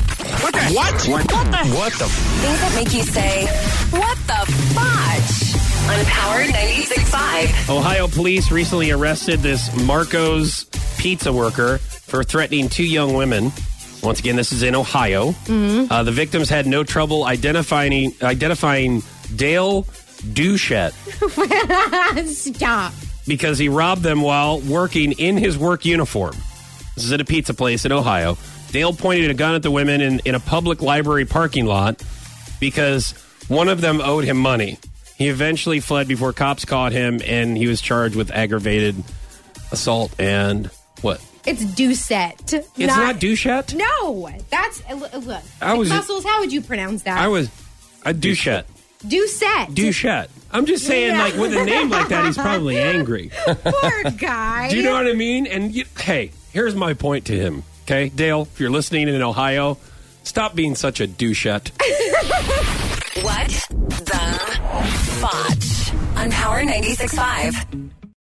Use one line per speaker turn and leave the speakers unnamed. What? What? What the? What the?
Things that make you say, what the fudge? On Power 96.5.
Ohio police recently arrested this Marco's pizza worker for threatening two young women. Once again, this is in Ohio. Uh, the victims had no trouble identifying identifying Dale Duchette
Stop.
because he robbed them while working in his work uniform. This is at a pizza place in Ohio. Dale pointed a gun at the women in, in a public library parking lot because one of them owed him money. He eventually fled before cops caught him and he was charged with aggravated assault and what?
It's Doucette. It's
It's not, Duchette?
No, that's uh, look. look.
I was-
Muscles. How would you pronounce that?
I was a Duchette.
Doucette.
Duchette. I'm just saying,
Yeah.
like, with a name like that, he's probably angry.
Poor guy.
Do you know what I mean? And you, hey, here's my point to him. Okay, Dale, if you're listening in Ohio, stop being such a douchette.
What the fudge? On Power 96.5.